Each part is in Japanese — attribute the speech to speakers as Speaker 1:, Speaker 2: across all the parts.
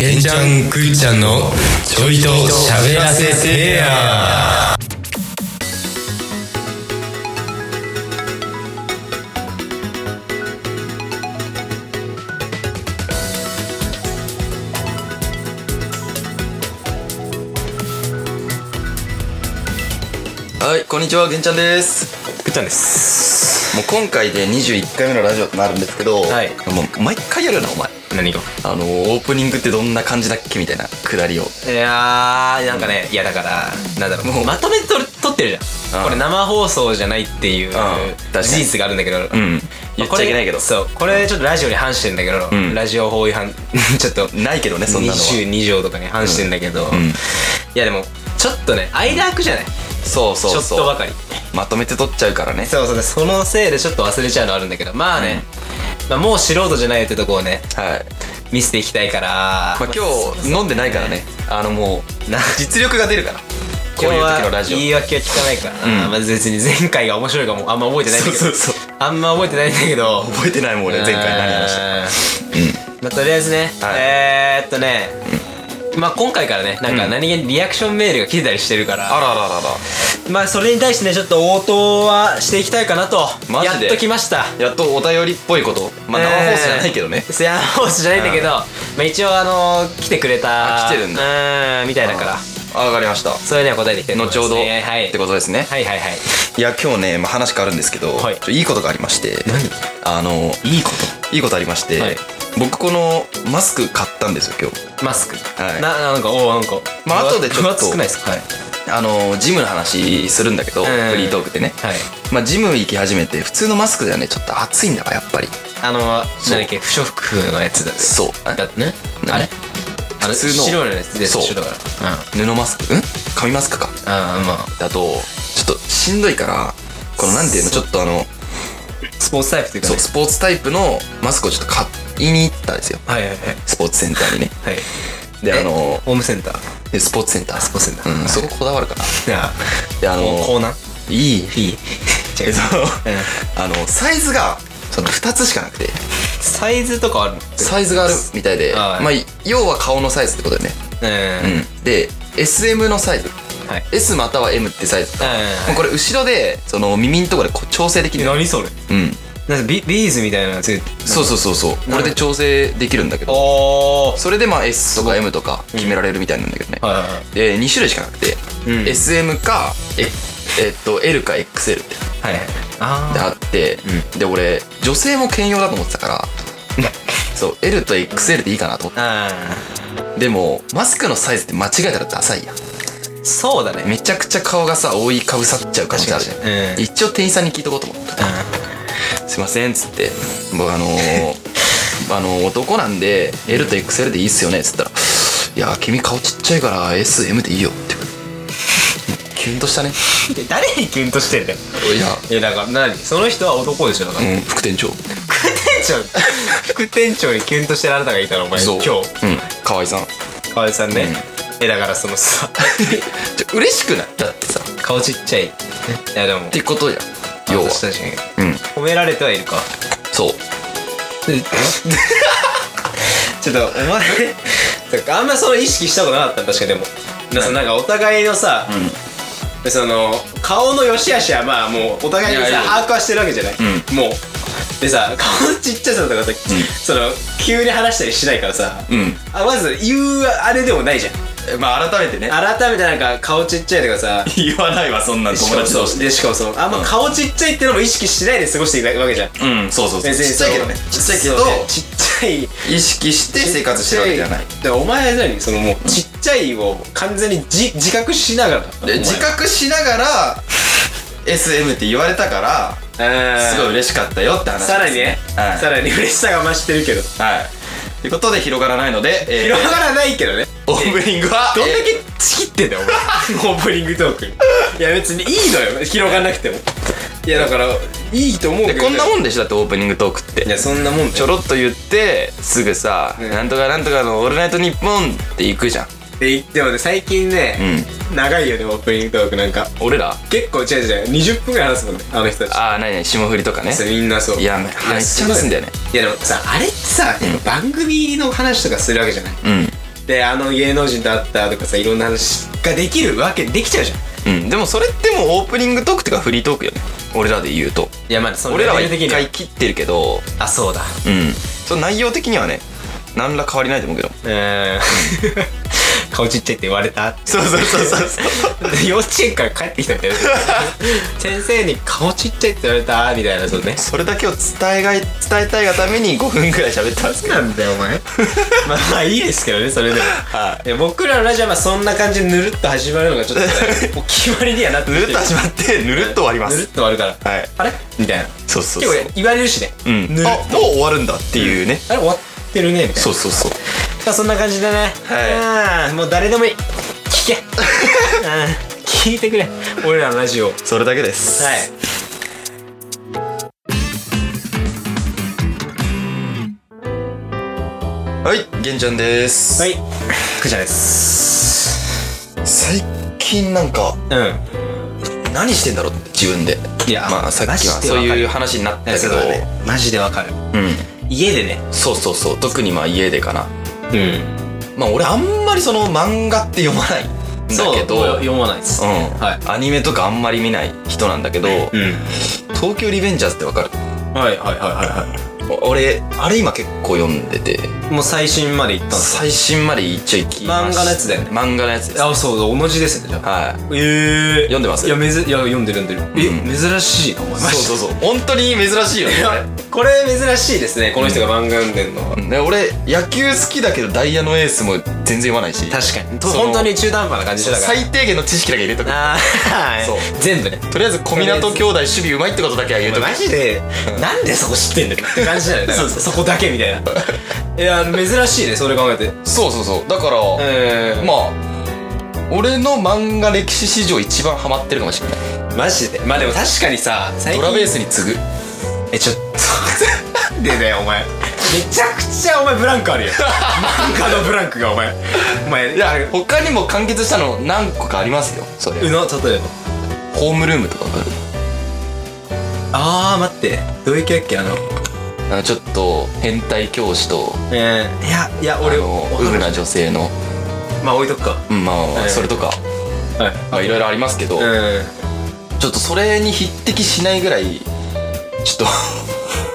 Speaker 1: げんちゃんくっちゃんのちょいと喋らせてや
Speaker 2: はい、こんにちは、げんちゃんです。
Speaker 3: くっちゃんです
Speaker 2: もう今回で21回目のラジオとなるんですけど、
Speaker 3: はい
Speaker 2: もう毎回やるよな、お前。
Speaker 3: 何が
Speaker 2: あの、オープニングってどんな感じだっけみたいなくだりを。
Speaker 3: いやーなんかねいやだからなんだろうもうまとめて撮る撮ってるじゃ
Speaker 2: うん
Speaker 3: んこれ生放送じゃないっていう
Speaker 2: 確か
Speaker 3: 事
Speaker 2: に
Speaker 3: 実があるんだけど
Speaker 2: うん。言っちゃいけないけど。
Speaker 3: そうこれちょっとラジオに反してんだけど
Speaker 2: ん
Speaker 3: ラジオ法違反ちょっと
Speaker 2: ないけどね、そんなのは。
Speaker 3: 22条とかに反してんだけど
Speaker 2: んうん
Speaker 3: いやでもちょっとね間空くじゃない
Speaker 2: そう
Speaker 3: ち
Speaker 2: そ
Speaker 3: ょ
Speaker 2: う
Speaker 3: っと
Speaker 2: そ
Speaker 3: ば
Speaker 2: う。
Speaker 3: かり
Speaker 2: まとめて撮っちゃうからね。
Speaker 3: そうそうそのせいでちょっと忘れちゃうのあるんだけどまあねまあもう素人じゃないってとこをね
Speaker 2: はい。
Speaker 3: 見せていきたいから
Speaker 2: まあ今日飲んでないからね。あのもう、な実力が出るから。こう
Speaker 3: 今日
Speaker 2: いう
Speaker 3: は
Speaker 2: 時のラジオ。
Speaker 3: 言い訳は聞かないからな、
Speaker 2: うん
Speaker 3: まあ、別に前回が面白いかもあんま覚えてないんだけど
Speaker 2: そうそうそ
Speaker 3: あんま覚えてないんだけど
Speaker 2: 覚えてないもん俺、前回何話したか
Speaker 3: したまあ、とりあえずね、
Speaker 2: はい
Speaker 3: えー、っとね、まあ今回からねなんか何気にリアクションメールが来てたりしてるから、
Speaker 2: あらあらあらあら。
Speaker 3: まあそれに対してねちょっと応答はしていきたいかなと
Speaker 2: マジで
Speaker 3: やっと来ました
Speaker 2: やっとお便りっぽいこと。まあ生放送じゃないけどね
Speaker 3: え。ー生放送じゃないんだけど、まあ、一応あのー来てくれた
Speaker 2: あ来てるん
Speaker 3: だうんみたいだから
Speaker 2: あ、わかりました。
Speaker 3: それには答えていきたいと思い
Speaker 2: 後
Speaker 3: ま
Speaker 2: ほ
Speaker 3: す
Speaker 2: ど、
Speaker 3: ねはい
Speaker 2: ってことですね。
Speaker 3: はいはいはい
Speaker 2: いや今日ね、まあ、話変わるんですけど、
Speaker 3: はい
Speaker 2: ちょいいことがありましてあの
Speaker 3: いいこと
Speaker 2: いいことありまして、
Speaker 3: はい
Speaker 2: 僕このマスク買ったんですよ今日
Speaker 3: マスク。
Speaker 2: はい
Speaker 3: な、なんか、おお、なんか。
Speaker 2: まあ後でちょっと
Speaker 3: 分厚くないですか。はい。
Speaker 2: あのジムの話するんだけど、
Speaker 3: ん
Speaker 2: フリートークでね、
Speaker 3: はい。
Speaker 2: まあ、ジム行き始めて普通のマスクではねちょっと暑いんだわやっぱり
Speaker 3: あの、
Speaker 2: う
Speaker 3: なんだっけ、不織布のやつだ。
Speaker 2: そう
Speaker 3: だってね。
Speaker 2: 何
Speaker 3: あれ。あの、
Speaker 2: 普通の
Speaker 3: 白いやつでしょ
Speaker 2: そう
Speaker 3: だから。うん。
Speaker 2: 布マスクうん紙マスクか
Speaker 3: ああ、まあ。
Speaker 2: だとちょっとしんどいからこのなんていうのちょっとあの
Speaker 3: スポーツタイプというか
Speaker 2: そ
Speaker 3: ね。
Speaker 2: うスポーツタイプのマスクをちょっと買いに行ったんですよ
Speaker 3: はいはいはい。
Speaker 2: スポーツセンターにね
Speaker 3: はい。
Speaker 2: であの
Speaker 3: ホームセンター。
Speaker 2: でスポーツセンタース
Speaker 3: ポーツセンター
Speaker 2: うん、そここだわるかな
Speaker 3: じゃあ、
Speaker 2: であの
Speaker 3: コーナー。
Speaker 2: いい
Speaker 3: いい。違
Speaker 2: え
Speaker 3: う
Speaker 2: っと。
Speaker 3: うん
Speaker 2: あのサイズがその2つしかなくて
Speaker 3: サイズとかあるの。
Speaker 2: サイズがあるみたいで
Speaker 3: はい
Speaker 2: まあ要は顔のサイズってことだよね、
Speaker 3: うん。うん。
Speaker 2: うん、で SM のサイズ
Speaker 3: はい。
Speaker 2: S または M ってサイズ
Speaker 3: うん
Speaker 2: もうこれ後ろでその耳のところでこう調整でき
Speaker 3: え。
Speaker 2: る
Speaker 3: 何それ。
Speaker 2: うん
Speaker 3: なんかビ、ビーズみたいなやつ。
Speaker 2: そうそうそうそうこれで調整できるんだけど
Speaker 3: おお。
Speaker 2: それでまあ S とか M とか決められるみたいなんだけどね
Speaker 3: はいはいはい。
Speaker 2: で2種類しかなくて、
Speaker 3: うん
Speaker 2: SM かええっと L か XL って
Speaker 3: はいはい。あ
Speaker 2: であって、で俺女性も兼用だと思ってた からそう L と XL でいいかなと思っ
Speaker 3: あ。うん。
Speaker 2: てでもマスクのサイズって間違えたらダサいやん
Speaker 3: そうだね。
Speaker 2: めちゃくちゃ顔がさ覆いかぶさっちゃう感じあるじゃん、
Speaker 3: 確かにうん
Speaker 2: 一応店員さんに聞いとこうと思って「すいません」っつって「僕あの ーあのー男なんで L と XL でいいっすよね」っつったら「いや君顔ちっちゃいから SM でいいよ」って言われてキュンとしたね
Speaker 3: 誰にキュンとしてんだよ
Speaker 2: いや
Speaker 3: いやだから何その人は男でしょだから、
Speaker 2: うん副店長
Speaker 3: 副店長副店長にキュンとしてるあなたがいたらお前今
Speaker 2: そう
Speaker 3: 日
Speaker 2: うん河合 さん
Speaker 3: 河合さんね、えだからそのさ
Speaker 2: ちょ嬉しくないだってさっ
Speaker 3: 顔ちっちゃいいやでも
Speaker 2: てことや要は
Speaker 3: 私たちに
Speaker 2: うん
Speaker 3: 褒められてはいるか
Speaker 2: そう
Speaker 3: ちょっとお前 なんかあんまその意識したことなかった確かでもなそのなんかお互いのさ、その顔の良し悪しはまあもうお互いにさ
Speaker 2: いやいや
Speaker 3: 把握はしてるわけじゃない、
Speaker 2: う
Speaker 3: もうでさ顔のちっちゃさとかさ、その急に話したりしないからさ、
Speaker 2: うん
Speaker 3: あまず言うあれでもないじゃん
Speaker 2: まあ改めてね
Speaker 3: 改めてなんか顔ちっちゃいとかさ
Speaker 2: 言わないわそんな
Speaker 3: しかもそうでしかもそうあんま顔ちっちゃいってのも意識しないで過ごしていくわけじゃん
Speaker 2: うんそうそうそう
Speaker 3: 別
Speaker 2: ち
Speaker 3: に
Speaker 2: っちゃいけどねち
Speaker 3: そ
Speaker 2: っ
Speaker 3: う
Speaker 2: ちゃいけど
Speaker 3: そうねちっちゃい
Speaker 2: 意識して生活してるわけじゃない
Speaker 3: ちっちだからお前は何そのもうちっちゃいを完全に自自覚しながらお前
Speaker 2: で自覚しながら SM って言われたから
Speaker 3: うん
Speaker 2: すごい嬉しかったよって話です
Speaker 3: さらにね、
Speaker 2: はい
Speaker 3: さらに嬉しさが増してるけど
Speaker 2: はいということで広がらないので、えー
Speaker 3: 広がらないけどね
Speaker 2: オープニングは
Speaker 3: どんだ
Speaker 2: え
Speaker 3: け仕切ってんだよお前オープニングトークにいや別にいいのよ広がんなくてもいやだからいいと思うけ
Speaker 2: ー
Speaker 3: ど
Speaker 2: でこんなもんでしょだってオープニングトークって
Speaker 3: いやそんなもん
Speaker 2: ち
Speaker 3: ちょ
Speaker 2: ょろっと言ってすぐさ、
Speaker 3: うん
Speaker 2: なんとかなんとかの「オールナイトニッポン」って行くじゃん
Speaker 3: って言ってもね最近ね、長いよねオープニングトークなんか
Speaker 2: 俺ら
Speaker 3: 結構違う違う20分ぐらい話すもんねあの人たち
Speaker 2: ああ何々霜降りとかね
Speaker 3: そうみんなそう
Speaker 2: い
Speaker 3: い
Speaker 2: やめっちゃ話すんだよね
Speaker 3: いやでもさあれってさ、やっぱ番組の話とかするわけじゃない、
Speaker 2: うん
Speaker 3: であの芸能人と会ったとかさいろんな話ができるわけできちゃうじゃん
Speaker 2: うんでもそれってもうオープニングトークっていうかフリートークよね俺らで言うと
Speaker 3: いやまあそ
Speaker 2: 俺らは
Speaker 3: レベル
Speaker 2: 一
Speaker 3: 的には
Speaker 2: 回切ってるけど
Speaker 3: あそうだ
Speaker 2: うんその内容的にはね何ら変わりないと思うけど
Speaker 3: うーん 顔ちっちゃいって言われた
Speaker 2: そうそうそうそうそう
Speaker 3: で 幼稚園から帰ってきたみたいな先生に顔ちっちゃいって言われたみたい なそうね
Speaker 2: それだけを伝えがい伝えたいがために5分くらい喋ったんですけど
Speaker 3: なんだよお前 まあまあいいですけどねそれでも
Speaker 2: はい
Speaker 3: や僕らのラジオはまあそんな感じでぬるっと始まるのがちょっとね もう決まりにはなって
Speaker 2: ぬる
Speaker 3: きて
Speaker 2: っと始まってぬるっと終わりま
Speaker 3: ぬるっ
Speaker 2: す
Speaker 3: と終わるから
Speaker 2: はい
Speaker 3: あれみたいな
Speaker 2: そうそう
Speaker 3: 結
Speaker 2: そう
Speaker 3: 構言われるしね
Speaker 2: うん
Speaker 3: ぬるっ
Speaker 2: あもう終わるんだっていうね
Speaker 3: あれ終わってるねみたいな
Speaker 2: そうそうそう
Speaker 3: まあそんな感じでね
Speaker 2: はい
Speaker 3: うんもう誰でもいい 聞けうん聞いてくれ俺らのラジオを
Speaker 2: それだけです
Speaker 3: はい。
Speaker 2: はい源ちゃんです
Speaker 3: はい。くじゃです。
Speaker 2: 最近なんか
Speaker 3: うん。
Speaker 2: 何してんだろうって自分で
Speaker 3: いや
Speaker 2: まあさっきはそういう話になったけど
Speaker 3: マジでわかる。
Speaker 2: うん
Speaker 3: 家でね。
Speaker 2: そうそうそう特にまあ家でかな
Speaker 3: うん。
Speaker 2: まあ俺あんまりその漫画って読まないんだけど
Speaker 3: 読まないです。
Speaker 2: うん
Speaker 3: はい
Speaker 2: アニメとかあんまり見ない人なんだけど
Speaker 3: うん。
Speaker 2: 「東京リベンジャーズ」ってわかる
Speaker 3: はいはいはいは
Speaker 2: お俺あれ今結構読んでて
Speaker 3: い。もう最新まで行ったんです
Speaker 2: 最新まで一応行きまし
Speaker 3: 漫画のやつだよね
Speaker 2: 漫画のやつです
Speaker 3: あ、そうだ、同じですね、じゃあ。
Speaker 2: はい
Speaker 3: ええ
Speaker 2: 読んでます
Speaker 3: いや、めず、いや、読んでる読んでる。
Speaker 2: う
Speaker 3: え、珍しいな、お前。
Speaker 2: そうそうそう本当に珍しいよねこれ
Speaker 3: これ珍しいですね、この人が漫画読んでるのは。
Speaker 2: うんで俺野球好きだけどダイヤのエースも全然読まないし
Speaker 3: 確かに。
Speaker 2: その
Speaker 3: 本当に中途半端な感じだから。
Speaker 2: 最低限の知識だけ入れとく
Speaker 3: ああ、
Speaker 2: そう
Speaker 3: 全部ね。
Speaker 2: とりあえず小湊兄弟守備うまいってことだけは言うとく
Speaker 3: マジでなんでそこ知ってんだよって感じだよね
Speaker 2: そうそう
Speaker 3: そこだけみたいない や珍しいねそれ考えて
Speaker 2: そうそうそうだから、
Speaker 3: うん
Speaker 2: まあ俺の漫画歴史史上一番ハマってるかもしれない
Speaker 3: マジでまあでも確かにさ最
Speaker 2: ド
Speaker 3: 近
Speaker 2: ラベースに次ぐ
Speaker 3: えちょっと なんでだよお前めちゃくちゃお前ブランクあるよ漫画のブランクがお前お前
Speaker 2: いや他にも完結したの何個かありますよそれ
Speaker 3: うの例えば
Speaker 2: ホームルームとかわかる
Speaker 3: あー待ってどういう系だっけあの
Speaker 2: あちょっと変態教師と
Speaker 3: えー、いやいや俺
Speaker 2: あの
Speaker 3: わか
Speaker 2: ウブ
Speaker 3: んない
Speaker 2: な女性の、
Speaker 3: まあ置いとくか
Speaker 2: うんまあまあまあ
Speaker 3: はい
Speaker 2: それとか、
Speaker 3: はい
Speaker 2: まあ、いろいろありますけど、
Speaker 3: うん
Speaker 2: ちょっとそれに匹敵しないぐらいちょ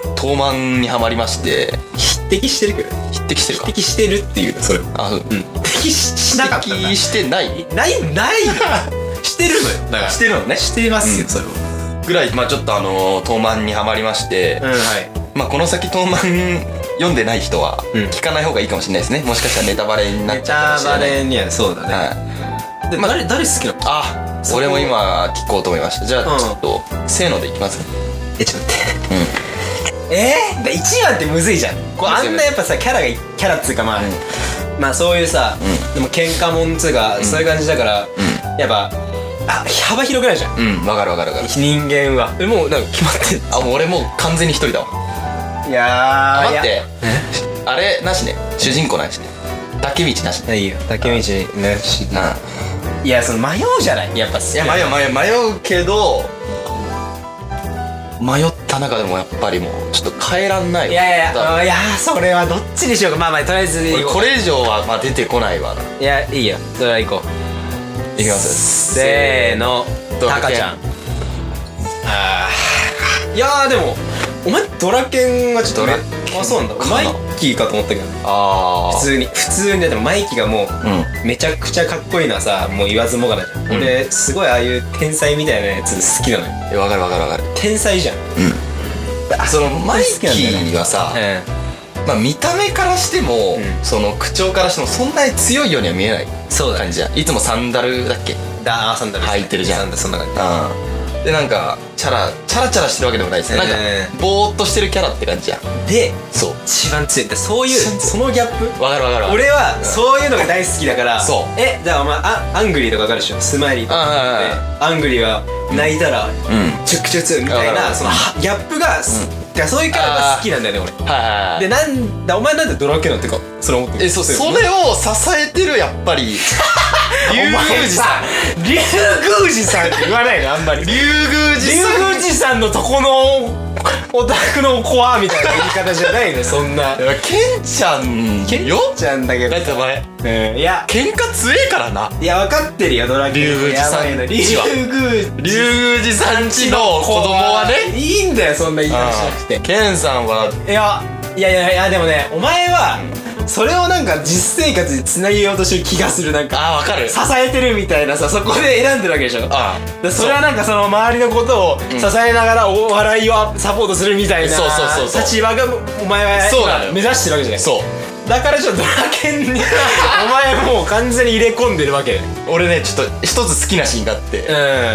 Speaker 2: っと 当漫にはまりまして
Speaker 3: 匹敵してるけど
Speaker 2: 匹敵してる
Speaker 3: 匹
Speaker 2: か
Speaker 3: 敵してるっていうそれ
Speaker 2: あうん
Speaker 3: うん匹敵しなかったん
Speaker 2: 匹
Speaker 3: だ
Speaker 2: 敵してない
Speaker 3: ないない よしてるのよだから
Speaker 2: してるのね
Speaker 3: してます
Speaker 2: う
Speaker 3: よ
Speaker 2: ん
Speaker 3: それは
Speaker 2: ぐらいまあちょっとあの当漫にはまりまして、
Speaker 3: うんはい
Speaker 2: まあこの先当漫読んでない人は
Speaker 3: うん
Speaker 2: 聞かない方がいいかもしれないですねもしかしたらネタバレになっ
Speaker 3: ネ
Speaker 2: ちゃう
Speaker 3: タ
Speaker 2: かも
Speaker 3: バ
Speaker 2: しれない
Speaker 3: レにはそうだね
Speaker 2: はい
Speaker 3: で
Speaker 2: まあ
Speaker 3: 誰誰好きなの
Speaker 2: あ
Speaker 3: そこ
Speaker 2: 俺も今聞こうと思いましたじゃ
Speaker 3: う
Speaker 2: あ
Speaker 3: ん
Speaker 2: ちょっと、せーのでいきます
Speaker 3: えちょっと待ってえー、で1話ってむずいじゃんこ
Speaker 2: む
Speaker 3: うあ
Speaker 2: ずい
Speaker 3: んなやっぱさキャラがキャラっつうかまあ、まあそういうさ、
Speaker 2: ん
Speaker 3: でも喧嘩もんっつうか、そういう感じだから、やっぱあ幅広くないじゃん
Speaker 2: うんわかるわかるわかる
Speaker 3: 人間はえもうなんか決まって
Speaker 2: あもう俺もう完全に一人だわ
Speaker 3: んいや
Speaker 2: あ
Speaker 3: ー
Speaker 2: 待って
Speaker 3: え
Speaker 2: あれなしね主人公なしね竹道なしね
Speaker 3: いやいいよ竹道ねし
Speaker 2: うん
Speaker 3: いやその迷うじゃないやっぱ
Speaker 2: いや迷う迷う迷うけど迷った中でもやっぱりもうちょっと変えらんない
Speaker 3: いやいやい
Speaker 2: だ
Speaker 3: や、いやーそれはどっちにしようか。まあまあ、とりあえず
Speaker 2: 俺
Speaker 3: 行こ
Speaker 2: これ以上はまあ出てこないわな
Speaker 3: う。いや、いいよ。それは行こう。
Speaker 2: いきます
Speaker 3: せーの、
Speaker 2: ドラケ
Speaker 3: タ
Speaker 2: ン
Speaker 3: カちゃん。あー。いやー、でも、お前ドラケンがちょっと
Speaker 2: ド
Speaker 3: ね
Speaker 2: ラケン
Speaker 3: あ、そうなんだ。
Speaker 2: かな
Speaker 3: マイキーかと思ったけど。
Speaker 2: あ
Speaker 3: 普通に。普通に、だってマイキーがもう、
Speaker 2: あうん
Speaker 3: めちゃくちゃかっこいいのはさ、もう言わずもがなじゃん。
Speaker 2: ん
Speaker 3: 俺、すごいああいう天才みたいなやつ好きなのよ。
Speaker 2: えわかるわかるわかる
Speaker 3: 天才じゃん。
Speaker 2: そのマイキ
Speaker 3: 好きなんだよ
Speaker 2: ーはさ、
Speaker 3: う
Speaker 2: まあ、見た目からしても、
Speaker 3: うん
Speaker 2: その口調からしてもそんなに強いようには見えない
Speaker 3: そうだね。
Speaker 2: 感じじゃんいつもサンダルだっけうん
Speaker 3: ダーサンダル。
Speaker 2: 履いてるじゃん
Speaker 3: サンダル、そんな感じ。
Speaker 2: んでなんかチャラチャラチャラしてるわけでもないですねなんか
Speaker 3: え
Speaker 2: ぼーっとしてるキャラって感じじゃん
Speaker 3: で、
Speaker 2: そう
Speaker 3: 一番強い。でそういう、そのギャップ
Speaker 2: わかるわかるわかる
Speaker 3: 俺はそういうのが大好きだから
Speaker 2: そう
Speaker 3: えだからお前あアングリーとかわかるでしょスマイリーと
Speaker 2: う
Speaker 3: か
Speaker 2: んうんうん
Speaker 3: ねアングリーは泣いたら
Speaker 2: うん
Speaker 3: めちゃくちゃ強いみたい
Speaker 2: わかるわか
Speaker 3: な
Speaker 2: る
Speaker 3: そのはギャップがすだからそういうキャラが好きなんだよね俺
Speaker 2: はいはいはい
Speaker 3: でなんだお前なんでドラケンなんてかそれ思ってる
Speaker 2: えそうそれを支えてるやっぱり
Speaker 3: お
Speaker 2: 龍宮
Speaker 3: 前
Speaker 2: 寺さ
Speaker 3: さ
Speaker 2: ん
Speaker 3: 竜宮寺さんって言わないのあんまり
Speaker 2: 龍宮寺
Speaker 3: 竜
Speaker 2: さん
Speaker 3: 宮寺さんのとこのオタクの子はみたいな言い方じゃないのそんな
Speaker 2: やケンちゃん
Speaker 3: ケン
Speaker 2: よ
Speaker 3: ちゃんだけど
Speaker 2: だってお前
Speaker 3: うんいや
Speaker 2: 喧嘩強えからない
Speaker 3: や分かってるよドラキュラ
Speaker 2: 竜宮寺さん
Speaker 3: やばいの竜宮
Speaker 2: 竜宮寺さんちの子
Speaker 3: 子
Speaker 2: 供はね
Speaker 3: いいんだよそんな言い方しなくて
Speaker 2: ケンさんはい
Speaker 3: やいやいやいやでもねお前はそれをなんか実生活につなげようとしてる気がするなんか
Speaker 2: あーわかる
Speaker 3: 支えてるみたいなさそこで選んでるわけでしょ
Speaker 2: あ
Speaker 3: でそれはなんかその周りのことを支えながらお笑いをサポートするみたいな
Speaker 2: そうそうそうそう
Speaker 3: 立場がお前は
Speaker 2: そうなのよ
Speaker 3: 今目指してるわけじゃない
Speaker 2: そう
Speaker 3: だからちょっとドラケンに お前もう完全に入れ込んでるわけ
Speaker 2: 俺ねちょっと一つ好きなシーンがあって、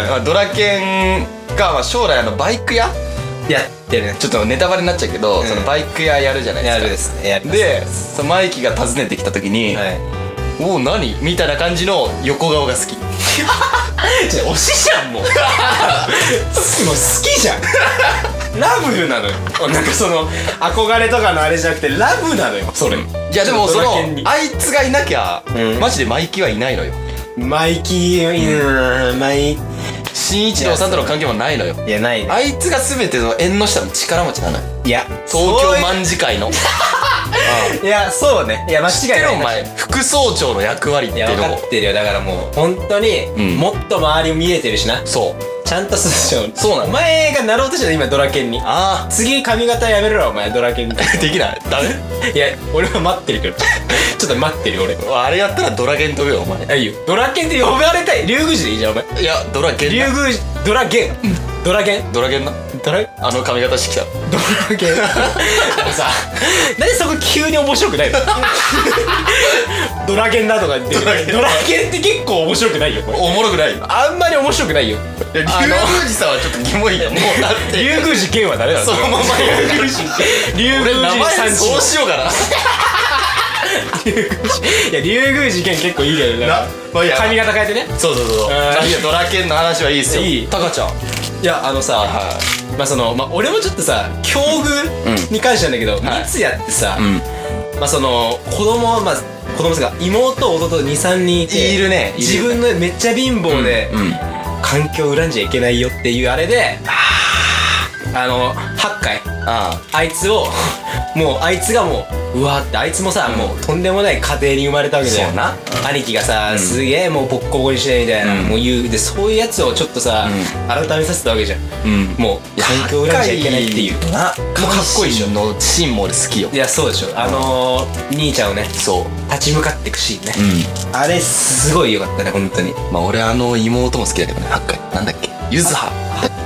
Speaker 2: ま
Speaker 3: う
Speaker 2: あドラケンがまあ将来あのバイク屋
Speaker 3: んやってるね
Speaker 2: ちょっとネタバレになっちゃうけど、
Speaker 3: ん
Speaker 2: そのバイク屋やるじゃないです
Speaker 3: や
Speaker 2: か
Speaker 3: るですねやります
Speaker 2: でそのマイキが訪ねてきた時に「
Speaker 3: は
Speaker 2: おお何?」みたいな感じの横顔が好き
Speaker 3: いじゃ推しじゃんもうもう好きじゃんラブなのよなんかその憧れとかのあれじゃなくてラブなのよそれ
Speaker 2: いやでもそ
Speaker 3: ド
Speaker 2: の
Speaker 3: ラケンに
Speaker 2: あいつがいなきゃ、
Speaker 3: うん
Speaker 2: マジでマイキはいないのよ
Speaker 3: マイキーうんマイい
Speaker 2: 新一郎さんとの関係もないのよ
Speaker 3: やないね
Speaker 2: あいつが全ての縁の下の力持ちなのよ
Speaker 3: いや
Speaker 2: 東
Speaker 3: そうい
Speaker 2: 京
Speaker 3: う
Speaker 2: 卍会の
Speaker 3: いやそうねいや間違い
Speaker 2: で
Speaker 3: ない
Speaker 2: もお前副総長の役割っ
Speaker 3: い
Speaker 2: てい
Speaker 3: や
Speaker 2: う
Speaker 3: 分
Speaker 2: の
Speaker 3: か
Speaker 2: も
Speaker 3: ってるよだからもう本当に、
Speaker 2: ん
Speaker 3: もっと周りを見えてるしな
Speaker 2: そう
Speaker 3: ちゃんとするでしょ
Speaker 2: そうなの
Speaker 3: お前がなろうとしてる今ドラケンに
Speaker 2: あ
Speaker 3: 次髪型やめろよお前ド ラケンみたい
Speaker 2: あできないダメ
Speaker 3: ないや俺は待って るけどちょっと待ってるよ俺
Speaker 2: あれやったらドラケン飛ぶよお前
Speaker 3: あいいよドラケンって呼ばれたい竜宮寺でいいじゃんお前
Speaker 2: いやドラケン
Speaker 3: 竜
Speaker 2: な
Speaker 3: 宮寺ドラゲン、ドラゲン
Speaker 2: ドラケンな
Speaker 3: ドラ
Speaker 2: あの髪型してきた
Speaker 3: ドラゲンさなんでそこ急に面白くないのドラゲンだとか言ってド
Speaker 2: ドラゲン
Speaker 3: ラゲンって結構面白くないよこれ
Speaker 2: おもろくないよ
Speaker 3: あんまり面白くないよ
Speaker 2: いや竜宮寺さんはちょっとキモい よもうだって
Speaker 3: 竜宮寺剣はダメだろ
Speaker 2: そのまま
Speaker 3: 竜宮寺竜
Speaker 2: 俺
Speaker 3: 宮
Speaker 2: 名
Speaker 3: 寺
Speaker 2: 前
Speaker 3: 三
Speaker 2: そう
Speaker 3: 地
Speaker 2: しようかな
Speaker 3: いや竜宮寺剣結構いいけどな
Speaker 2: なまあいいや
Speaker 3: 髪型変えてね
Speaker 2: そうそうそう
Speaker 3: えー
Speaker 2: いやドラケンの話はいいっすよ
Speaker 3: いい
Speaker 2: タカちゃん
Speaker 3: いやあのさ、まあそのまあ俺もちょっとさ境遇に関してなんだけど、
Speaker 2: はい
Speaker 3: 三ツ矢ってさ、
Speaker 2: ん
Speaker 3: まあその子供はまあ子供ですが妹弟23人いて
Speaker 2: いるねいる
Speaker 3: 自分のめっちゃ貧乏で、
Speaker 2: うん
Speaker 3: 環境を恨んじゃいけないよっていうあれであの8回
Speaker 2: あ
Speaker 3: あいつを もうあいつがもううわーってあいつもさ、もうとんでもない家庭に生まれたわけじゃん
Speaker 2: そうな
Speaker 3: 兄貴がさ、すげえもうボッコボコにしてみたいな、
Speaker 2: うん
Speaker 3: もう言うでそういうやつをちょっとさ、
Speaker 2: う
Speaker 3: 改めさせたわけじゃん
Speaker 2: うん
Speaker 3: もう環境を恨んじゃいけないっていうもう
Speaker 2: なかっこいいじゃんのシーンも俺好きよ
Speaker 3: いやそうでしょあのー、兄ちゃんをね
Speaker 2: そう
Speaker 3: 立ち向かってくシーンね、
Speaker 2: う
Speaker 3: あれすごいよかったね本当に
Speaker 2: んまあ俺あの妹も好きだけどね八回なんだっけゆずは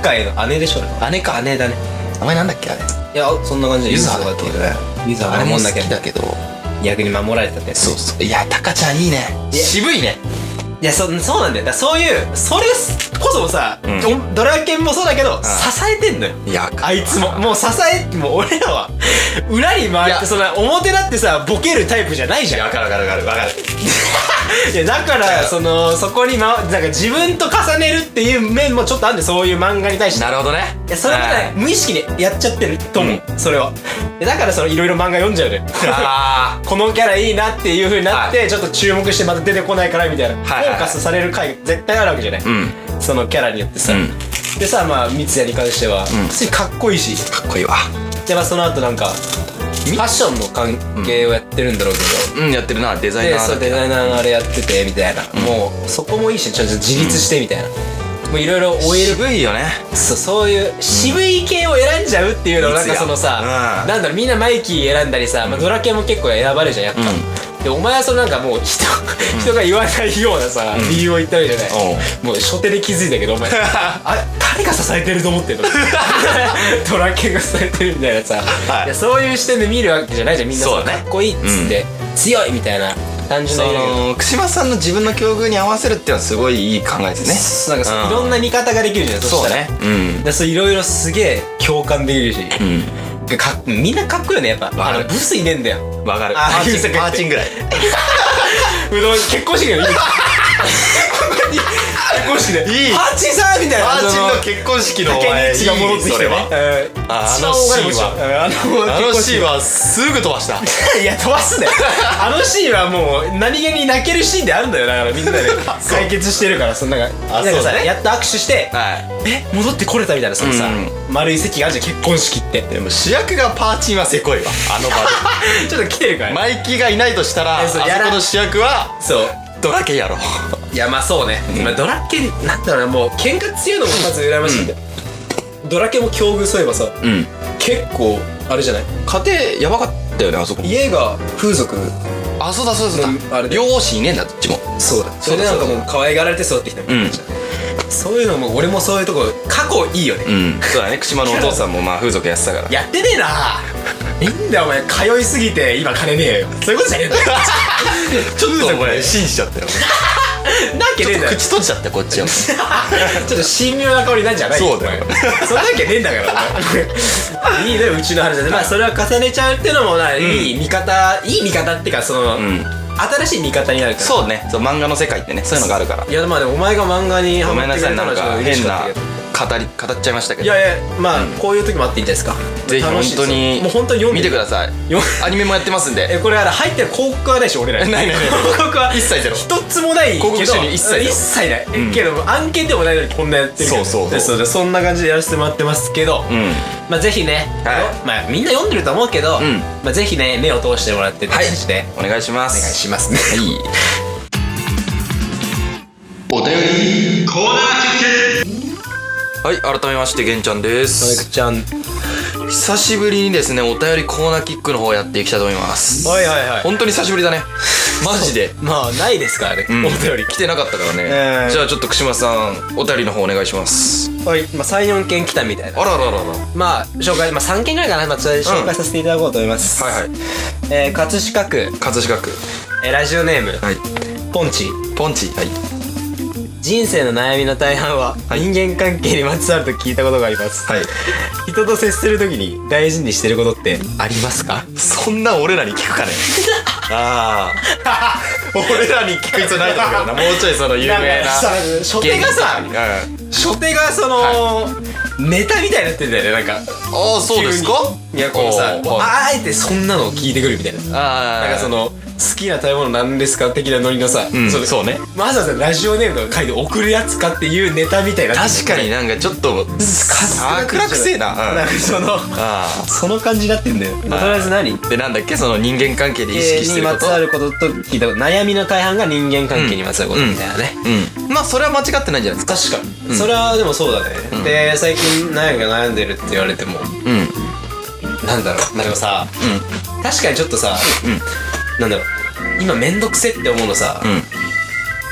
Speaker 3: 8回の姉でしょ姉か姉だね
Speaker 2: 名前なんだっけあれ
Speaker 3: いやそんな感じで
Speaker 2: ゆずはだっけ
Speaker 3: ゆずはだったゆずは
Speaker 2: あれも
Speaker 3: も
Speaker 2: 好
Speaker 3: んだけ
Speaker 2: き
Speaker 3: ど
Speaker 2: だけど
Speaker 3: 逆に守られてたって
Speaker 2: そうそういやタカちゃんいいね
Speaker 3: いや
Speaker 2: 渋いね
Speaker 3: いやそそうなんだよだからそういうそれこそもさ、
Speaker 2: ん
Speaker 3: ドラケンもそうだけど、支えてんのよ
Speaker 2: いや
Speaker 3: あいつももう支えもう俺ら は裏に回
Speaker 2: い
Speaker 3: っ
Speaker 2: や
Speaker 3: てそんな表だってさボケるタイプじゃないじゃん
Speaker 2: かるわかるわかるわかる
Speaker 3: いやだからそのそこに、ま、なんか自分と重ねるっていう面もちょっとあるんでそういう漫画に対して
Speaker 2: なるほどね
Speaker 3: いやそれもね無意識にやっちゃってると思う、それはでだからそのいろいろ漫画読んじゃうね
Speaker 2: あ
Speaker 3: このキャラいいなっていう風になって、ちょっと注目してまた出てこないからみたいな、
Speaker 2: はいはい
Speaker 3: フォーカスされる回が絶対あるわけじゃない、
Speaker 2: あうん
Speaker 3: そのキャラによってさ、
Speaker 2: うん
Speaker 3: でさまあ三ツ矢に関して
Speaker 2: ん
Speaker 3: は、普通にかっこいいし
Speaker 2: かっこいいわ
Speaker 3: でまあその後なんかファッションの関係をやってるんだろうけど、
Speaker 2: うんやってるなデザイ
Speaker 3: で
Speaker 2: ナー
Speaker 3: そう
Speaker 2: だ
Speaker 3: デザイナーのあれやっててみたいな、もうそこもいいしちょっと自立してみたいな、もういろいろ OL
Speaker 2: 渋いよね
Speaker 3: そうそういう渋い系を選んじゃうっていうの
Speaker 2: うん
Speaker 3: なんかそのさ、
Speaker 2: うん
Speaker 3: なんだろうみんなマイキー選んだりさ、まあ、ドラケンも結構選ばれるじゃんやっぱ、でお前はそのなんかもう人人が言わないようなさ、理由を言ったわけじゃない、
Speaker 2: おう
Speaker 3: もう初手で気づいたけどお前あ誰が支えてると思ってんの ドラケンが支えてるみたいなさ、
Speaker 2: はい
Speaker 3: いやそういう視点で見るわけじゃないじゃんみんな
Speaker 2: そう
Speaker 3: さ
Speaker 2: だね
Speaker 3: かっこいいっつって、強いみたいな単純な
Speaker 2: そ
Speaker 3: 意味だけど
Speaker 2: の串間さんの自分の境遇に合わせるっていうのはすごいいい考えですね
Speaker 3: そうなんかそういろんな見方ができるじゃんそしたら
Speaker 2: うん
Speaker 3: でそういろいろすげえ共感できるし、かみんなかっこいいよねやっぱ
Speaker 2: かる
Speaker 3: あのブスいねえんだよ
Speaker 2: わかる
Speaker 3: あ
Speaker 2: パーチ
Speaker 3: いい世
Speaker 2: ン
Speaker 3: 界
Speaker 2: パーチンぐらい
Speaker 3: うどん結婚式の意味に結婚式で
Speaker 2: いい
Speaker 3: ハッチさんみたいな
Speaker 2: マーチン
Speaker 3: そ
Speaker 2: の結婚式のお前い
Speaker 3: 竹内
Speaker 2: い
Speaker 3: が戻ってき
Speaker 2: そ
Speaker 3: て
Speaker 2: れ
Speaker 3: ね
Speaker 2: は
Speaker 3: うん
Speaker 2: あ
Speaker 3: 一
Speaker 2: の
Speaker 3: 番大金持ち
Speaker 2: シーン
Speaker 3: だうんあ
Speaker 2: あ
Speaker 3: の
Speaker 2: の
Speaker 3: 結婚式
Speaker 2: シーンはすぐ飛ばした
Speaker 3: いや飛ばすねあのシーンはもう何気に泣けるシーンであるんだよだからみんなで解決してる からそんなが
Speaker 2: あ
Speaker 3: なんか
Speaker 2: そう
Speaker 3: さ
Speaker 2: だね
Speaker 3: やっと握手して
Speaker 2: は
Speaker 3: え戻ってこれたみたいなそのさ
Speaker 2: う
Speaker 3: 丸い席があるじゃん結婚式って
Speaker 2: いでも主役がパーチンはせこいわあの場
Speaker 3: ちょっと来てるか
Speaker 2: で
Speaker 3: ら
Speaker 2: マイキーがいないとしたらあ
Speaker 3: えそ
Speaker 2: そう
Speaker 3: やら
Speaker 2: この主役は
Speaker 3: そう
Speaker 2: ドラケンやろ
Speaker 3: いやまあそうね、まあ、ドラッケンなんだろうなもう喧嘩強いのもまず羨ましいんだよ、ドラケンも境遇そういえばさ
Speaker 2: うん
Speaker 3: 結構あれじゃない
Speaker 2: 家庭やばかったよねあそこ
Speaker 3: 家が風俗
Speaker 2: あそうだそうだそう
Speaker 3: あ
Speaker 2: だ
Speaker 3: れで
Speaker 2: 両親いねえんだどっちも
Speaker 3: そうだそれでなんかもう可愛がられて育ってきたみたいな感じだね、そういうのも俺もそういうとこ過去いいよね、
Speaker 2: うんそうだね串間のお父さんもまあ風俗やってたから
Speaker 3: やってねえないいんだよお前通いすぎて今金ねえよそういうことじゃねえんだよ
Speaker 2: ちょっとこれ信じちゃったよ
Speaker 3: なわけねえんだよ
Speaker 2: 口閉じちゃったこっちは
Speaker 3: ちょっと神妙な香りなんじゃない
Speaker 2: そうだよ
Speaker 3: お前そんなわけねえんだから お前いいねうちの話でまあそれは重ねちゃうっていうのもな、いい見方いい見方っていうかその、
Speaker 2: ん
Speaker 3: 新しい見方になるから
Speaker 2: そうねそう漫画の世界ってねそういうのがあるから
Speaker 3: いやまあでもお前が漫画にハ
Speaker 2: ご
Speaker 3: マ
Speaker 2: めん
Speaker 3: っ
Speaker 2: な
Speaker 3: てく
Speaker 2: さ
Speaker 3: れ
Speaker 2: い
Speaker 3: た
Speaker 2: な
Speaker 3: の
Speaker 2: ん
Speaker 3: はちょっ
Speaker 2: か
Speaker 3: と嬉
Speaker 2: 変
Speaker 3: しかっ
Speaker 2: な
Speaker 3: た
Speaker 2: 語
Speaker 3: けど
Speaker 2: り語っちゃいましたけ
Speaker 3: い
Speaker 2: ど
Speaker 3: やいやまあ、こういう時もあっていいんじゃないですか
Speaker 2: ぜひ本
Speaker 3: 楽しいで
Speaker 2: 当
Speaker 3: すよ
Speaker 2: に
Speaker 3: もう本当に読んで
Speaker 2: 見てください
Speaker 3: よ
Speaker 2: アニメもやってますん
Speaker 3: え
Speaker 2: で
Speaker 3: これあれ入ってる広告はないでしょ俺ら
Speaker 2: ないないない
Speaker 3: 広告は
Speaker 2: 一切ゼロ
Speaker 3: 一つもないけど
Speaker 2: 広告収入一切ゼロ
Speaker 3: 一切ない、
Speaker 2: ん
Speaker 3: けど案件でもないのにこんなやってるけど
Speaker 2: そうそうそう
Speaker 3: ですのでそんな感じでやらせてもらってますけど、
Speaker 2: うん
Speaker 3: まあぜひね、
Speaker 2: は
Speaker 3: まあみんな読んでると思うけど、
Speaker 2: ん
Speaker 3: まあぜひね目を通してもらってって感じで、
Speaker 2: お願いしま
Speaker 3: お願い
Speaker 2: す
Speaker 3: しますね
Speaker 2: はい
Speaker 1: お便りコーナー
Speaker 2: はい改めましてげんちゃんで
Speaker 3: トレク
Speaker 2: す
Speaker 3: ちゃん
Speaker 2: 久しぶりにですねお便りコーナーキックの方やっていきたいと思います
Speaker 3: はいはいはい
Speaker 2: 本当に久しぶりだねマジで
Speaker 3: まあないですからね、
Speaker 2: うん
Speaker 3: お便り
Speaker 2: 来てなかったから
Speaker 3: え
Speaker 2: ね
Speaker 3: え
Speaker 2: じゃあちょっと串間さんお便りの方お願いします
Speaker 3: はい、まあ、34件来たみたい
Speaker 2: あ
Speaker 3: な
Speaker 2: らららら
Speaker 3: まあ紹介、まあ、3件ぐらいかな、まあ、それで紹介させていただこうと思います、
Speaker 2: はいはい
Speaker 3: えー、葛飾区、
Speaker 2: 葛飾区
Speaker 3: えーラジオネーム
Speaker 2: はい
Speaker 3: ポンチ
Speaker 2: ポンチはい
Speaker 3: 人生の悩みの大半は
Speaker 2: はい
Speaker 3: 人間関係にまつわると聞いたことがあります、
Speaker 2: はい
Speaker 3: 人と接するときに大事にしてることってありますか
Speaker 2: そんな俺らに聞 くかねああ俺らに聞く必要ないと思うけどなもうちょいその有名な
Speaker 3: 初手がさ
Speaker 2: うんあ
Speaker 3: 初手がその、ネタみたいになってんだよねなんか
Speaker 2: あそうですか
Speaker 3: 急にいやこうさ
Speaker 2: おーはい
Speaker 3: あえてそんなのを聞いてくるみたいな
Speaker 2: あ
Speaker 3: なんかその好きな食べ物なんですか的なノリのさ、
Speaker 2: うん
Speaker 3: その
Speaker 2: そうね
Speaker 3: わざわざラジオネームとか書いて送るやつかっていうネタみたいになってんだ
Speaker 2: 確か
Speaker 3: よね
Speaker 2: になんかちょっと桜くせえなうん
Speaker 3: なんかその
Speaker 2: あ
Speaker 3: その感じになってんだよ、まあ、とりあえず何
Speaker 2: あでなんだっけその人間関係で意識して
Speaker 3: に
Speaker 2: る
Speaker 3: ま
Speaker 2: こ
Speaker 3: つ
Speaker 2: と
Speaker 3: わることと聞いたこと悩みの大半が人間関係にまつわることみたいなね、
Speaker 2: うんまあそれは間違ってないんじゃないですか
Speaker 3: 確かに、それはでもそうだね、で最近悩みが悩んでるって言われても
Speaker 2: うんうん
Speaker 3: なんだろうでもさ確かにちょっとさ、なんだろう今めんどくせって思うのさ、
Speaker 2: うん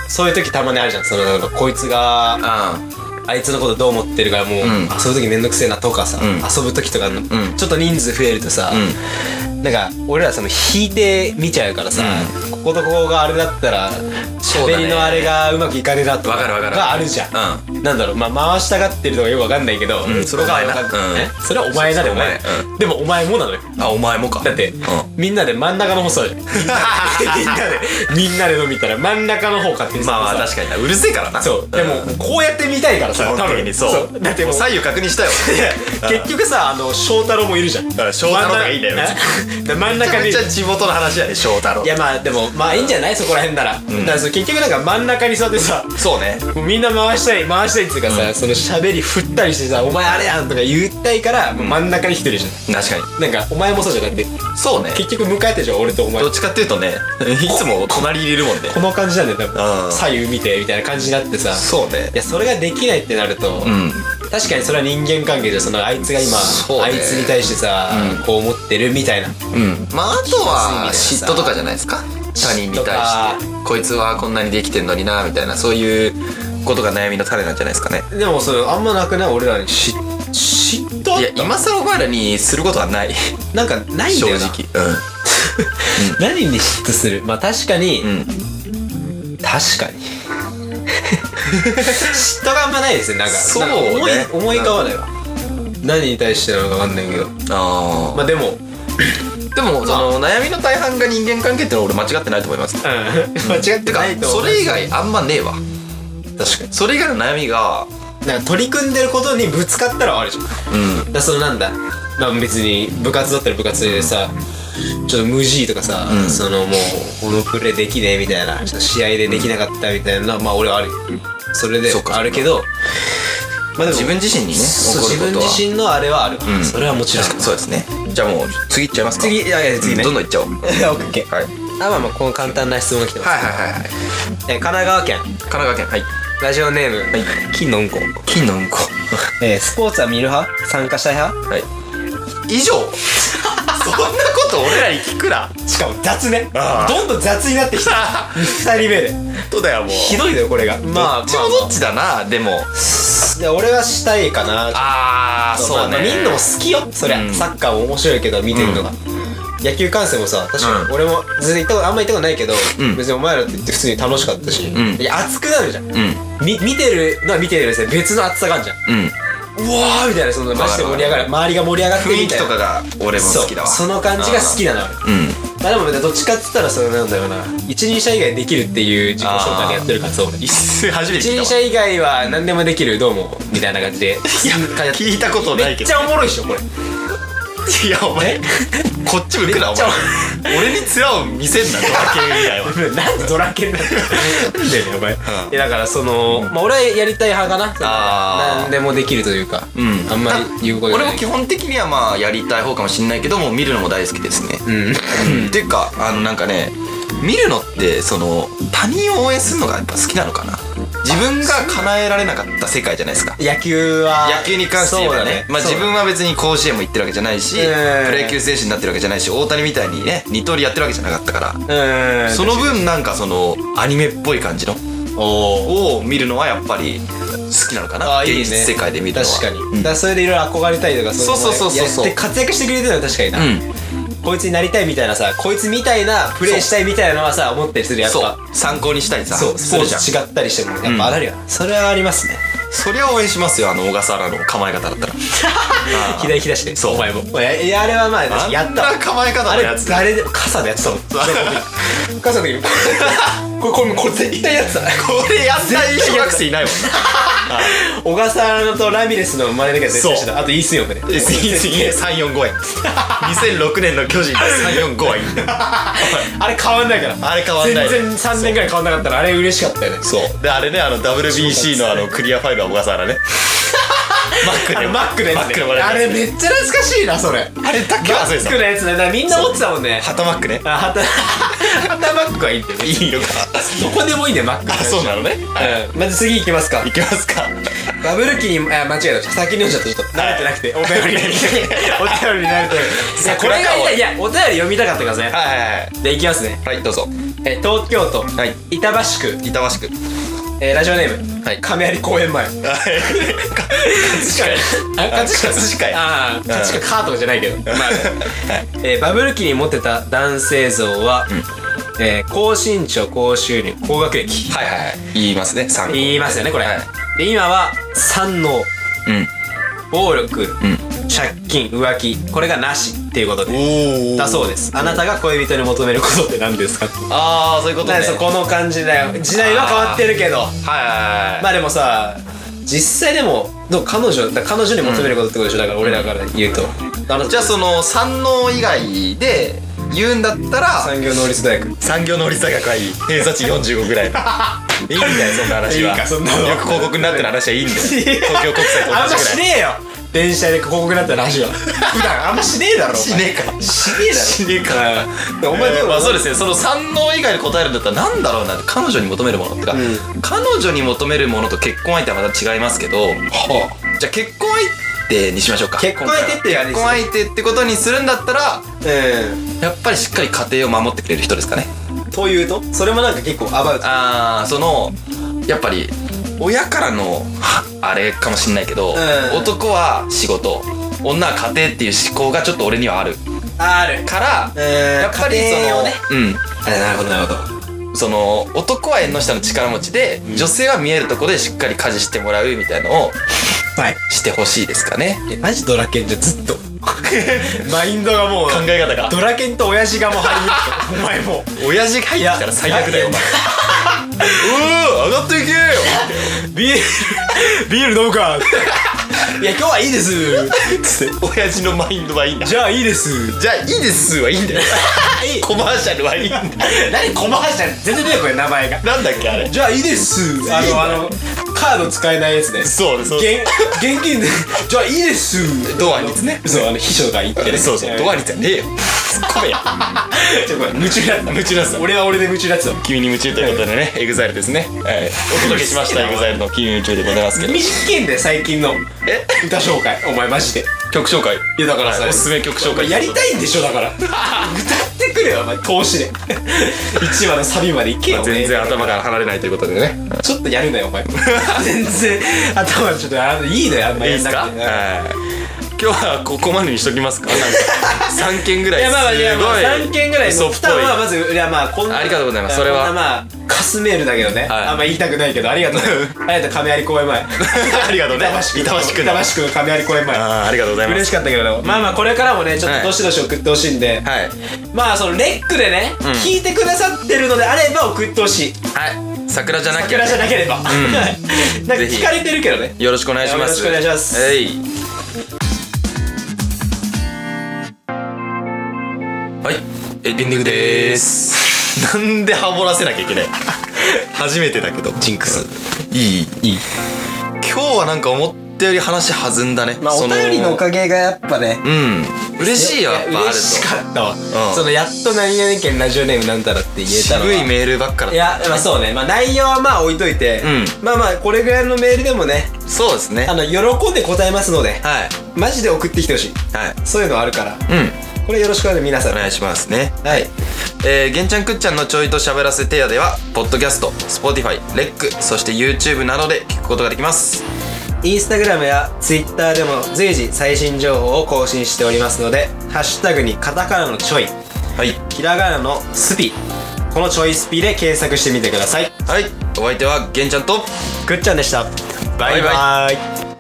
Speaker 3: そういう時たまにあるじゃんそのなんかこいつが
Speaker 2: あ
Speaker 3: あいつのことどう思ってるからもう、
Speaker 2: ん
Speaker 3: 遊ぶ時めんどくせえなとかさ、
Speaker 2: ん
Speaker 3: 遊ぶ時とかの、
Speaker 2: ん
Speaker 3: ちょっと人数増えるとさ、なんか俺らその引いて見ちゃうからさ、こことここがあれだったら
Speaker 2: そうだね
Speaker 3: 喋りのあれがうまくいかねえなとか
Speaker 2: わかるわかる
Speaker 3: があるじゃん、なんだろうまあ回したがってるとかよくわかんないけど、
Speaker 2: ん
Speaker 3: それが
Speaker 2: お前な
Speaker 3: わかん
Speaker 2: うん
Speaker 3: えそれはお前なで
Speaker 2: そう
Speaker 3: お前、
Speaker 2: お
Speaker 3: でもお前もなのよ
Speaker 2: あお前もか
Speaker 3: だって、
Speaker 2: うん
Speaker 3: みんなで真ん中の方そう じゃんみんなでみんなで飲みたら真ん中の方買って
Speaker 2: まあまあ確かになうるせえからな
Speaker 3: そうでもこうやって見たいからさ
Speaker 2: 基本的にそう
Speaker 3: だってもう
Speaker 2: 左右確認 したよ
Speaker 3: 結局さあの翔太郎もいるじゃん
Speaker 2: ら翔太郎がいいんだよ
Speaker 3: 真ん中真ん
Speaker 2: めち
Speaker 3: 中
Speaker 2: ゃめ
Speaker 3: に
Speaker 2: ちゃ地元の話やね翔太郎
Speaker 3: いやまあでもまあいいんじゃないそこら辺なら、だからそう結局なんか真ん中に座ってさ
Speaker 2: そうね
Speaker 3: もうみんな回したい回したいっていうかさ、その喋り振ったりしてさ「お前あれやん」とか言ったいから、もう真ん中に来てるじゃん
Speaker 2: 確かに
Speaker 3: なんかお前もそうじゃなくて
Speaker 2: そうね
Speaker 3: 結局迎えてるじゃん俺とお前
Speaker 2: どっちかっていうとね いつも隣にいるもんで
Speaker 3: この感じなんだよ多
Speaker 2: う
Speaker 3: 分
Speaker 2: ん
Speaker 3: 左右見てみたいな感じになってさ
Speaker 2: そうね
Speaker 3: いやそれができないってなると、
Speaker 2: ん
Speaker 3: 確かにそれは人間関係でそのあいつが今、
Speaker 2: そうね
Speaker 3: あいつに対してさ、こう思ってるみたいな
Speaker 2: うんまああとは
Speaker 3: 気
Speaker 2: 嫉
Speaker 3: まずいみたいなさ
Speaker 2: 妬とかじゃないですか他人に
Speaker 3: 嫉妬
Speaker 2: 対
Speaker 3: か
Speaker 2: してこいつはこんなにできてんのになみたいなそういうことが悩みの種なんじゃないですかね
Speaker 3: でもそれあんまなくない俺らにし嫉妬
Speaker 2: いや今更お前らにすることはない
Speaker 3: なんかないん
Speaker 2: 正
Speaker 3: だ
Speaker 2: 直
Speaker 3: よな
Speaker 2: うん
Speaker 3: 何に嫉妬するまあ確かに、
Speaker 2: ん
Speaker 3: 確かに 嫉妬があんまないですねなんか
Speaker 2: そうね
Speaker 3: なんか思い思い浮かばないわ何に対してなのかわかんないけど
Speaker 2: あ
Speaker 3: まあでも
Speaker 2: あでもその悩みの大半が人間関係ってのは俺間違ってないと思います
Speaker 3: 間違って
Speaker 2: か
Speaker 3: ないと思
Speaker 2: そうれ以外あんまねえわ
Speaker 3: 確かに
Speaker 2: それ以外の悩みが
Speaker 3: なんか取り組んでることにぶつかったらあるじゃんだか
Speaker 2: うん
Speaker 3: らそのなんだまあ別に部活だったら部活でさちょっと無事とかさ、
Speaker 2: うん
Speaker 3: そのもうこのプレーできねえみたいなちょっと試合でできなかったみたいなのはまあ俺はあるそれで
Speaker 2: そうか
Speaker 3: あるけどまあでも
Speaker 2: 自分自身にね
Speaker 3: そう
Speaker 2: 起
Speaker 3: 自
Speaker 2: こる
Speaker 3: 分
Speaker 2: ことは
Speaker 3: 自身のあれはある、
Speaker 2: うん
Speaker 3: それはもちろん
Speaker 2: そうですねじゃあもう次いっちゃいますか
Speaker 3: 次いやいや次ね
Speaker 2: ど んどんいっちゃおうはい
Speaker 3: OK
Speaker 2: はいはい
Speaker 3: あまあまあこの簡単な質問が来てます、
Speaker 2: はいはい
Speaker 3: えー神奈川県
Speaker 2: 神奈川県はい
Speaker 3: ラジオネーム、金のうんこ、
Speaker 2: 金のうんこ
Speaker 3: えースポーツは見る派参加したい派
Speaker 2: はい以上 そんなこと俺らに聞く な
Speaker 3: しかも雑ね
Speaker 2: あー
Speaker 3: どんどん雑になってきた 2人目で
Speaker 2: とだよもう
Speaker 3: ひどいだよこれがまあ
Speaker 2: どっちもどっちだなでも
Speaker 3: いや俺はしたいかな
Speaker 2: ああそう
Speaker 3: まあ
Speaker 2: ね
Speaker 3: 見んのも好きよそりゃ、
Speaker 2: うん
Speaker 3: サッカーも面白いけど見てるのが、野球観戦もさ確か
Speaker 2: う
Speaker 3: に俺も全然行ったことあんま行ったことないけど、
Speaker 2: うん
Speaker 3: 別にお前らって言って普通に楽しかったし、
Speaker 2: ん
Speaker 3: いや熱くなるじゃん、
Speaker 2: うん
Speaker 3: み見てるのは見てるですね別の熱さがあるじゃん
Speaker 2: うん
Speaker 3: うわーみたいなそのマジで盛り上がる周りが盛り上がってる
Speaker 2: 雰囲
Speaker 3: みた
Speaker 2: 気
Speaker 3: いな
Speaker 2: とかが俺も好きだわ
Speaker 3: そうその感じが好きなの俺
Speaker 2: うん
Speaker 3: まあでもねどっちかっつったらそのなんだろうな一人者以外できるっていう自己紹介でやってるからそう俺一
Speaker 2: 一初めて聞い
Speaker 3: 人
Speaker 2: た
Speaker 3: 者以外は何でもできるどうもみた いな感じで
Speaker 2: わ聞いたことな
Speaker 3: め
Speaker 2: い
Speaker 3: っ
Speaker 2: け
Speaker 3: ち
Speaker 2: ど
Speaker 3: ゃおもろいっ しょこれ
Speaker 2: いやお前こっち向くなお
Speaker 3: めっちゃ
Speaker 2: 前俺に面を見せんなドラケン以外は
Speaker 3: なんでドラケンだよなんでねお前
Speaker 2: ん
Speaker 3: いやだからそのまあ俺はやりたい派かな
Speaker 2: あー
Speaker 3: 何でもできるというか
Speaker 2: うん
Speaker 3: あんまり言うことじ
Speaker 2: 俺
Speaker 3: ゃ
Speaker 2: も
Speaker 3: ない
Speaker 2: 基本的にはまあやりたい方かもしんないけども見るのも大好きですね
Speaker 3: うん
Speaker 2: っていうかあのなんかね見るのってその他人を応援するのがやっぱ好きなのかな自分が叶えられなかった世界じゃないですか
Speaker 3: 野球は
Speaker 2: 野球に関して言えばねまあ、自分
Speaker 3: は
Speaker 2: は別に甲子園も行ってるわけじゃないし、
Speaker 3: うん
Speaker 2: プロ野球選手になってるわけじゃないし大谷みたいにね二刀流やってるわけじゃなかったから、
Speaker 3: うん
Speaker 2: その分なんかそのアニメっぽい感じの
Speaker 3: おー
Speaker 2: を見るのはやっぱり好きなのかな
Speaker 3: あーいいね
Speaker 2: 現実世界で見るのは
Speaker 3: 確かに、
Speaker 2: うん
Speaker 3: だからそれでいろいろ憧れたりとかの
Speaker 2: そうそうそうそう
Speaker 3: やって活躍してくれてるのは確かにな、
Speaker 2: うん
Speaker 3: こいつになりたいみたいなさこいつみたいなプレーしたいみたいなのはさ思ったりするやっ
Speaker 2: そ
Speaker 3: ぱ
Speaker 2: う参考にしたりさ
Speaker 3: そうスポー
Speaker 2: じゃん
Speaker 3: ツ違ったりしてもやっぱあるよ、それはありますね
Speaker 2: そりゃ応援しますよあの小笠原の構え方だったらあー
Speaker 3: 左左して
Speaker 2: そう
Speaker 3: お前もいやいやあれはまあ私やった
Speaker 2: あんな構え方
Speaker 3: あ
Speaker 2: の
Speaker 3: れ
Speaker 2: やつ
Speaker 3: 誰でも傘でやって たもん傘の時にこれこれこれ絶対やってた
Speaker 2: これやった小学生いないもん
Speaker 3: 小笠原とラミレスの真似だけは絶対して
Speaker 2: そ
Speaker 3: たあとイースンヨンね
Speaker 2: な345円 2006年の巨人345円
Speaker 3: あれ変わんないから
Speaker 2: あれ変わんない
Speaker 3: 全然3年ぐらい変わんなかったらあれ嬉しかったよね
Speaker 2: そうであれねあの WBC のあのクリアファイルは小笠原ねマック
Speaker 3: あ
Speaker 2: で
Speaker 3: のマックのや
Speaker 2: マッ
Speaker 3: つ
Speaker 2: ク
Speaker 3: ね
Speaker 2: でもらえた
Speaker 3: あれめっちゃ懐かしいなそれ
Speaker 2: あれだけは忘れてた
Speaker 3: マックのやつねだからみんな持ってたもんね
Speaker 2: 旗マックね
Speaker 3: あはたはたマックはいいんだよね
Speaker 2: いいのか
Speaker 3: どこでもいいんだよマック
Speaker 2: あそうなのね
Speaker 3: うんまず次行きますか
Speaker 2: いきますか
Speaker 3: バブル期にあ間違えた先に読んじゃったちょっと慣れてなくてお 便りお便りになるといやこれがいいいやお便り読みたかったからね
Speaker 2: はいはいはい
Speaker 3: じゃあ行きますね
Speaker 2: はいどうぞ
Speaker 3: え東京都
Speaker 2: はい
Speaker 3: 板橋区
Speaker 2: 板橋区
Speaker 3: えーラジオネーム
Speaker 2: はい
Speaker 3: 亀有公園前 あ
Speaker 2: 葛飾や
Speaker 3: ああ葛飾カートじゃないけど まあえーバブル期に持ってた男性像はえー高身長高収入高学歴
Speaker 2: はいはいはい言いますね3
Speaker 3: 言いますよねこれ
Speaker 2: はい
Speaker 3: で今は三能
Speaker 2: うん
Speaker 3: 暴力
Speaker 2: うん
Speaker 3: 借金浮気これがなしっていうことで
Speaker 2: お
Speaker 3: だそうですあなたが恋人に求めることって何ですかって
Speaker 2: ああそういうことね
Speaker 3: そうこの感じだよ時代は変わってるけど
Speaker 2: はいはいはい
Speaker 3: まあでもさ実際でもどう彼女だから彼女に求めることってことでしょだから俺らから言うとあの
Speaker 2: じゃあその三能以外で言うんだったら
Speaker 3: 産業能率大学
Speaker 2: 産業能率大学はいい偏差値45ぐらい のいいんだよそんな話はい
Speaker 3: いかそんなの
Speaker 2: よく広告になってる話はいいんだよ東京国際と
Speaker 3: あんま
Speaker 2: 同じ
Speaker 3: し
Speaker 2: ぐらい
Speaker 3: ねえよ電車で広告になったらラ ジオ普段あんましねえだろお前
Speaker 2: しねえか
Speaker 3: しねえだろ
Speaker 2: しねえか
Speaker 3: うんお前でも
Speaker 2: まあそうですねその三能以外で答えるんだったらなんだろうな彼女に求めるものってか、
Speaker 3: う
Speaker 2: 彼女に求めるものと結婚相手はまた違いますけどじゃあ結婚相手にしましょうか
Speaker 3: 結婚相手って
Speaker 2: 今回は
Speaker 3: 何
Speaker 2: 結婚相手ってことにするんだったら
Speaker 3: う
Speaker 2: やっぱりしっかり家庭を守ってくれる人ですかね
Speaker 3: んというとそれもなんか結構アバウト
Speaker 2: あーそのやっぱり親からのはあれかもしんないけど、
Speaker 3: うん
Speaker 2: 男は仕事女は家庭っていう思考がちょっと俺にはある
Speaker 3: ある
Speaker 2: から、
Speaker 3: や
Speaker 2: やっぱりその、うん
Speaker 3: なるほどなるほど
Speaker 2: その男は縁の下の力持ちで、女性は見えるところでしっかり家事してもらうみたいのを
Speaker 3: はい
Speaker 2: してほしいですか ね
Speaker 3: えマジドラケンじゃんずっとマインドがもう
Speaker 2: 考え方が
Speaker 3: ドラケンと親父がもう張り切ってお前も
Speaker 2: 親父が入ってきたら最悪だよお前上が っていけよ
Speaker 3: ビールビール飲むかいや今日はいいです
Speaker 2: つって親父のマインドはいいんだ
Speaker 3: じゃあいいです
Speaker 2: じゃあいいです はいいんだよ
Speaker 3: いい
Speaker 2: コマーシャルはいいんだよ
Speaker 3: 何コマーシャル全然出てこない名前が
Speaker 2: なんだっけあれ
Speaker 3: じゃあいいですあのあのカード使えないやつね
Speaker 2: そうそう
Speaker 3: 現現金でじゃあいいです
Speaker 2: ドアにですね
Speaker 3: そうあの秘書が言ってね
Speaker 2: そうそうドアにじゃねえよ突っ込めや
Speaker 3: ちょっとごめん夢中になった
Speaker 2: 夢中だった
Speaker 3: 俺は俺で夢中になってた
Speaker 2: 君に夢中ということでね、エグザイルですね、はい、お届けしました エグザイルの君に夢中でございますけど
Speaker 3: 短いんだよ最近の
Speaker 2: え
Speaker 3: 歌紹介お前マジで
Speaker 2: 曲紹介
Speaker 3: いやだからさ
Speaker 2: おすすめ曲紹介
Speaker 3: やりたいんでしょだから 歌ってくれよお前投資で1話のサビまでいけよ
Speaker 2: 全然頭から離れないということでね
Speaker 3: ちょっとやるなよ お前全然頭ちょっとあのいいのよあんま
Speaker 2: いい
Speaker 3: や
Speaker 2: で
Speaker 3: ん
Speaker 2: す
Speaker 3: なく
Speaker 2: か
Speaker 3: て
Speaker 2: はい今日はここまでにしときますかなんか3件ぐらい
Speaker 3: い
Speaker 2: す
Speaker 3: やまあまあいやまあ
Speaker 2: ごい
Speaker 3: 3件ぐらい
Speaker 2: 嘘
Speaker 3: の
Speaker 2: っ
Speaker 3: 負
Speaker 2: ぽ
Speaker 3: 担
Speaker 2: い
Speaker 3: はまずいやまあこんな
Speaker 2: ありがとうございます
Speaker 3: や
Speaker 2: それは
Speaker 3: こんなまあカスメールだけどね
Speaker 2: はい
Speaker 3: あんま言いたくないけどありが とうありがとう亀有公園前
Speaker 2: ありがとうね
Speaker 3: 板
Speaker 2: 板橋
Speaker 3: 橋
Speaker 2: 区
Speaker 3: 区
Speaker 2: の
Speaker 3: の板橋区の亀有公園前
Speaker 2: あーありがとうございます
Speaker 3: 嬉しかったけどねまあまあこれからもねちょっとどしどし送ってほしいんで
Speaker 2: はい
Speaker 3: まあそのレックでね聞いてくださってるのであれば送ってほしい
Speaker 2: はい桜じゃなき
Speaker 3: 桜
Speaker 2: ゃ
Speaker 3: じゃなければ なんか
Speaker 2: ぜひ
Speaker 3: 聞かれてるけどね
Speaker 2: よろしくお願いします
Speaker 3: よろしくお願いします
Speaker 2: えいはいエンディングでーすなんでハモらせなきゃいけない初めてだけどジンクスいいいい今日はなんか思ったより話弾んだねそ
Speaker 3: かげがやっぱね
Speaker 2: うん嬉しいよやっぱあると
Speaker 3: 嬉しかったわ
Speaker 2: ん
Speaker 3: そのやっと何々県ラジオネームなんたらって言えたの
Speaker 2: 渋い
Speaker 3: は
Speaker 2: メールばっか
Speaker 3: い
Speaker 2: だっ
Speaker 3: やまあそうねまあ内容はまあ置いといて
Speaker 2: う
Speaker 3: まあまあこれぐらいのメールでもね
Speaker 2: たそうですね
Speaker 3: あ
Speaker 2: はい
Speaker 3: の喜んで答えますのでマジで送ってきてほしい
Speaker 2: はい
Speaker 3: そういうのあるから
Speaker 2: うん
Speaker 3: これよろしくお願い皆さん
Speaker 2: お願いしますね
Speaker 3: はい
Speaker 2: えー、げんちゃんくっちゃんのちょいと喋らせてやではポッドキャスト Spotify レックそして YouTube などで聞くことができます
Speaker 3: インスタグラムやツイッターでも随時最新情報を更新しておりますのでハッシュタグにカタカナのちょい
Speaker 2: はい
Speaker 3: ひらがなのスピこのちょいスピで検索してみてください
Speaker 2: はいお相手はげんちゃんと
Speaker 3: ぐっちゃんでした
Speaker 2: バイバイ
Speaker 3: バイバイ